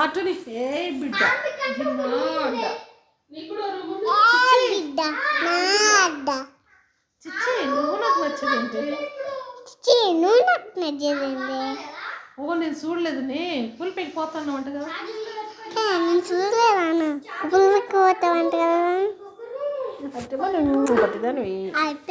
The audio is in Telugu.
ఆటోని ఏ బిడ్డ బిడ్డ నా అడ్డ చిచ్చి నువ్వు నాకు నచ్చదంటే చిచి నువ్వు నాకు నచ్చేదండి ఓ నేను చూడలేదు నే ఫుల్ పెట్టిపోతాను అంట కదా ఏ, నేను చూడలేదానా ఇప్పుడు పోతావంట కదా అంటే మరి నువ్వు పట్టిదానివి అయిపోయింది